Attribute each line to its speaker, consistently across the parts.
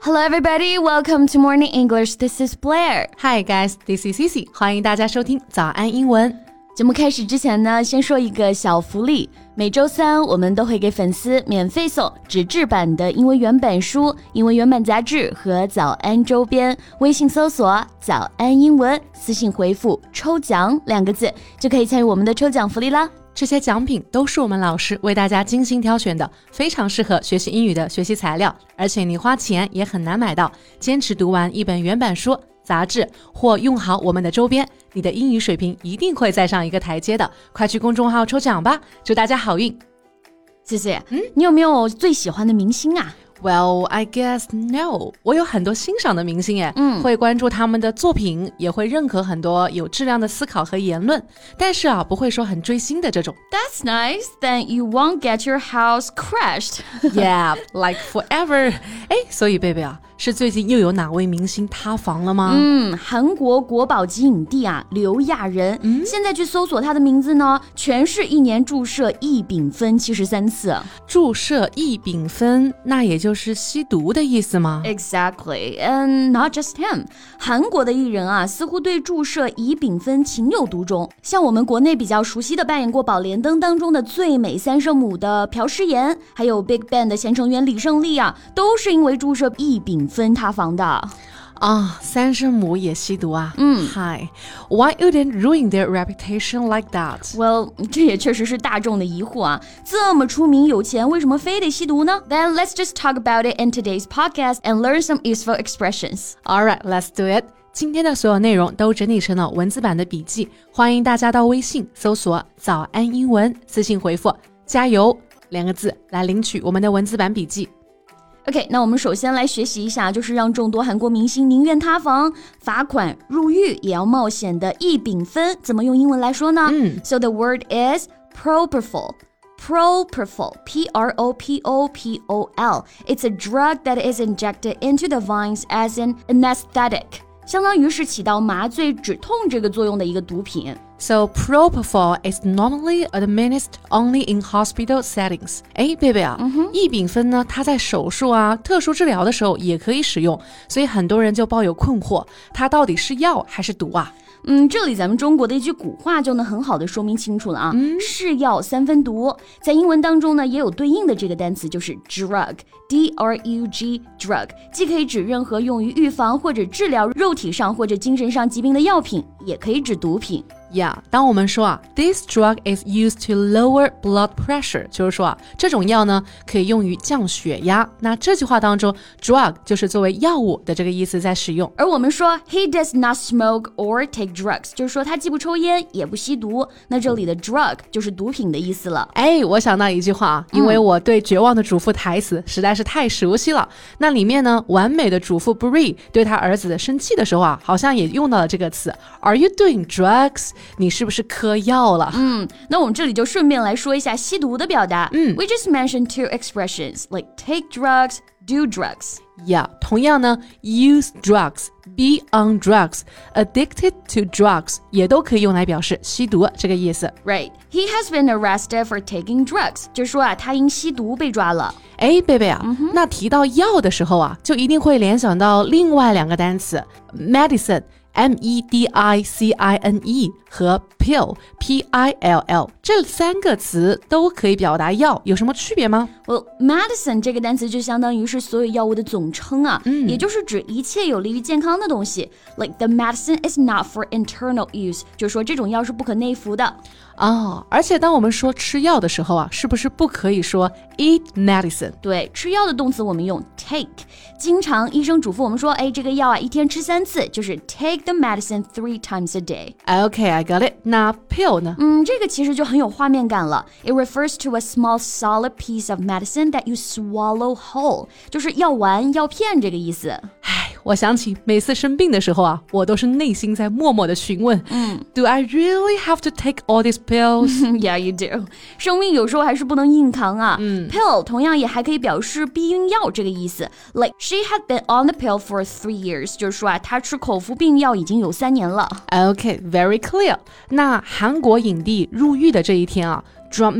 Speaker 1: Hello, everybody. Welcome to Morning English. This is Blair.
Speaker 2: Hi guys, this is Cici，欢迎大家收听早安英文。
Speaker 1: 节目开始之前呢，先说一个小福利。每周三我们都会给粉丝免费送纸质版的英文原版书、英文原版杂志和早安周边。微信搜索“早安英文”，私信回复“抽奖”两个字，就可以参与我们的抽奖福利啦。
Speaker 2: 这些奖品都是我们老师为大家精心挑选的，非常适合学习英语的学习材料，而且你花钱也很难买到。坚持读完一本原版书、杂志，或用好我们的周边，你的英语水平一定会再上一个台阶的。快去公众号抽奖吧，祝大家好运！
Speaker 1: 谢谢。嗯，你有没有最喜欢的明星啊？
Speaker 2: Well, I guess no。我有很多欣赏的明星耶，
Speaker 1: 嗯
Speaker 2: 会关注他们的作品，也会认可很多有质量的思考和言论，但是啊，不会说很追星的 这种。
Speaker 1: That's nice. Then you won't get your house crashed.
Speaker 2: yeah, like forever。哎，所以贝贝啊，是最近又有哪位明星塌房了吗？
Speaker 1: 嗯，韩国国宝级影帝啊，刘亚仁，现在去搜索他的名字呢，全是一年注射异丙酚七十三次。
Speaker 2: 注射异丙酚，那也就是吸毒的意思吗？
Speaker 1: Exactly, and not just him. 韩国的艺人啊，似乎对注射乙丙酚情有独钟。像我们国内比较熟悉的，扮演过《宝莲灯》当中的最美三圣母的朴诗妍，还有 Big Bang 的前成员李胜利啊，都是因为注射异丙酚塌房的。
Speaker 2: 啊，三圣母也吸毒啊？
Speaker 1: 嗯
Speaker 2: ，Hi, why wouldn't ruin their reputation like that?
Speaker 1: Well，这 也确实是大众的疑惑啊！这么出名有钱，为什么非得吸毒呢？Then let's just talk about it in today's podcast and learn some useful expressions.
Speaker 2: All right, let's do it. 今天的所有内容都整理成了文字版的笔记，欢迎大家到微信搜索“早安英文”，私信回复“加油”两个字来领取我们的文字版笔记。
Speaker 1: OK，那我们首先来学习一下，就是让众多韩国明星宁愿塌房、罚款、入狱也要冒险的异丙酚，怎么用英文来说呢？
Speaker 2: 嗯
Speaker 1: ，So the word is propofol. Propofol, P R O P O P O L. It's a drug that is injected into the veins as an anesthetic. 相当于是起到麻醉止痛这个作用的一个毒品。
Speaker 2: So propofol is normally administered only in hospital settings. 哎，贝贝啊，异丙酚呢，它在手术啊、特殊治疗的时候也可以使用，所以很多人就抱有困惑，它到底是药还是毒啊？
Speaker 1: 嗯，这里咱们中国的一句古话就能很好的说明清楚了啊。是药三分毒，在英文当中呢也有对应的这个单词，就是 drug，d r u g drug，既可以指任何用于预防或者治疗肉体上或者精神上疾病的药品，也可以指毒品。
Speaker 2: Yeah，当我们说啊，this drug is used to lower blood pressure，就是说啊，这种药呢可以用于降血压。那这句话当中，drug 就是作为药物的这个意思在使用。
Speaker 1: 而我们说 he does not smoke or take drugs，就是说他既不抽烟也不吸毒。那这里的 drug 就是毒品的意思了。
Speaker 2: 哎，我想到一句话啊，因为我对《绝望的主妇》台词实在是太熟悉了。那里面呢，完美的主妇 Bree 对她儿子生气的时候啊，好像也用到了这个词，Are you doing drugs？你是不是嗑药了？
Speaker 1: 那我们这里就顺便来说一下吸毒的表达。嗯，We just mentioned two expressions like take drugs, do drugs.
Speaker 2: Yeah，同样呢，use drugs、be on drugs、addicted to drugs 也都可以用来表示吸毒这个意思。
Speaker 1: Right, he has been arrested for taking drugs. 就说啊，他因吸毒被抓了。
Speaker 2: 哎，贝贝啊那提到药的时候啊，就一定会联想到另外两个单词：medicine。M E D I C I N E 和 pill P I L L 这三个词都可以表达药，有什么区别吗？
Speaker 1: Well, medicine 这个单词就相当于是所有药物的总称啊，也就是指一切有利于健康的东西。Like the medicine is not for internal use，就说这种药是不可内服的。
Speaker 2: 哦，而且当我们说吃药的时候啊，是不是不可以说 eat medicine？
Speaker 1: 对，吃药的动词我们用 take，经常医生嘱咐我们说，哎，这个药啊一天吃三次，就是 take the medicine three times a day。
Speaker 2: Okay, I got it. 那 pill 呢？
Speaker 1: 嗯，这个其实就很有画面感了。It refers to a small solid piece of medicine that you swallow whole，就是药丸、药片这个意思。
Speaker 2: 唉，我想起每次生病的时候啊，我都是内心在默默的询问，嗯，Do I really have to take all these
Speaker 1: Mm.
Speaker 2: pills？
Speaker 1: yeah, you do。生病有时候还是不能硬扛啊。嗯，pill 同样也还可以表示避孕药这个意思。Like she had been on the pill for three years，就是说啊，她吃口服避孕药已经有三年了。
Speaker 2: Okay, very clear. 那韩国影帝入狱的这一天啊，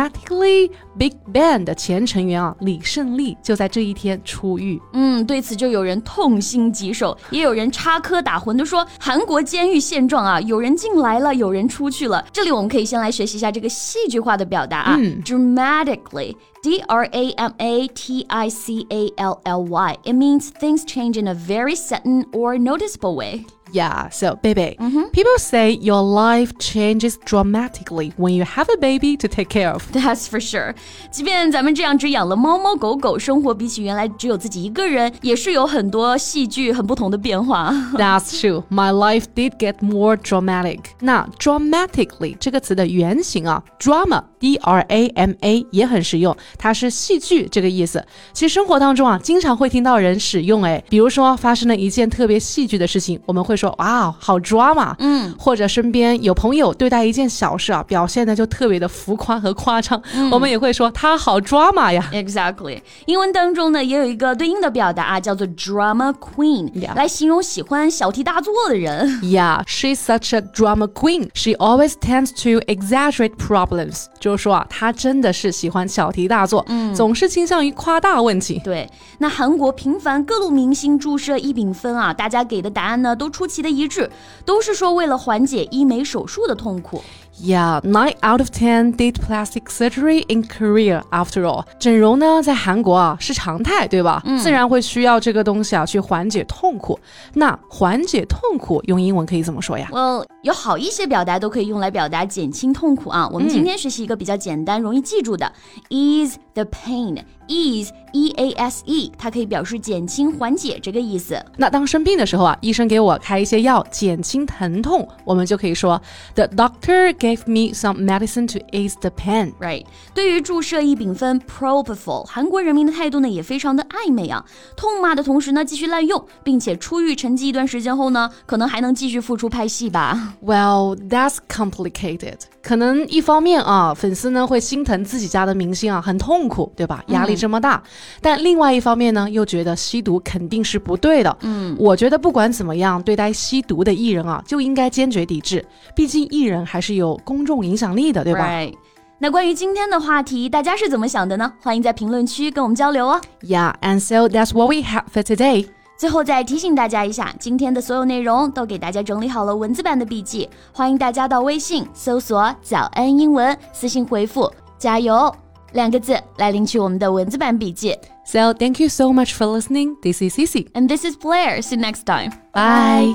Speaker 2: Dramatically Big Bang 的前成员啊李胜利就在这一天出狱。
Speaker 1: 嗯，对此就有人痛心疾首，也有人插科打诨的说韩国监狱现状啊，有人进来了，有人出去了。这里我们可以先来学习一下这个戏剧化的表达啊、
Speaker 2: 嗯
Speaker 1: d r a m a t i c a l l y D R A M A T I C A L L Y. It means things change in a very sudden or noticeable way.
Speaker 2: Yeah, so baby, people say your life changes dramatically when you have a baby to take care of.
Speaker 1: That's for sure. 即便咱们这样只养了猫猫狗狗，生活比起原来只有自己一个人，也是有很多戏剧很不同的变化。
Speaker 2: That's true. My life did get more dramatic. 那 dramatically 这个词的原型啊，drama d r a m a 也很实用，它是戏剧这个意思。其实生活当中啊，经常会听到人使用哎，比如说发生了一件特别戏剧的事情，我们会说哇，好 drama。嗯，或者身边有朋友对待一件小事啊，表现的就特别的浮夸和夸张，我们也会说他好 drama 呀。
Speaker 1: Exactly，英文当中呢也有一个对应的表达啊，叫做 drama queen，、
Speaker 2: Yeah
Speaker 1: 来形容喜欢小题大做的人。
Speaker 2: Yeah, she's such a drama queen. She always tends to exaggerate problems. 就是说啊，她真的是喜欢小题大做，总是倾向于夸大问题。
Speaker 1: 对，那韩国频繁各路明星注射异丙酚啊，大家给的答案呢都出奇的一致，都是说为了缓解医美手术的痛苦。
Speaker 2: Yeah, nine out of ten did plastic surgery in Korea. After all，整容呢在韩国啊是常态，对吧？自然会需要这个东西啊去缓解痛苦。那缓解痛苦用英文可以怎么说呀？
Speaker 1: Well，有好一些表达都可以用来表达减轻痛苦啊。我们今天学习一个比较简单、容易记住的，ease the pain，ease e a s e，它可以表示减轻、缓解这个意思。
Speaker 2: 那当生病的时候啊，医生给我开一些药减轻疼痛，我们就可以说 The doctor gave me some medicine to ease the pain.
Speaker 1: Right，对于注射异丙酚 propofol，韩国人民的态度呢也非常的暧昧啊，痛骂的同时呢继续滥用，并且出狱沉寂一段时间后呢，可能还能继续复出拍戏吧。
Speaker 2: Well, that's complicated. 可能一方面啊，粉丝呢会心疼自己家的明星啊，很痛苦，对吧？压力这么大。但另外一方面呢，又觉得吸毒肯定是不对的。嗯，我觉得不管怎么样，对待吸毒的艺人啊，就应该坚决抵制。毕竟艺人还是有公众影响力的，对吧
Speaker 1: Right，那关于今天的话题，大家是怎么想的呢？欢迎在评论区跟我们交流哦。
Speaker 2: Yeah, and so that's what we have for today.
Speaker 1: 最后再提醒大家一下，今天的所有内容都给大家整理好了文字版的笔记，欢迎大家到微信搜索“早安英文”，私信回复“加油”两个字来领取我们的文字版笔记。
Speaker 2: So thank you so much for listening. This is Cici.
Speaker 1: And this is Blair. See you next time.
Speaker 2: Bye.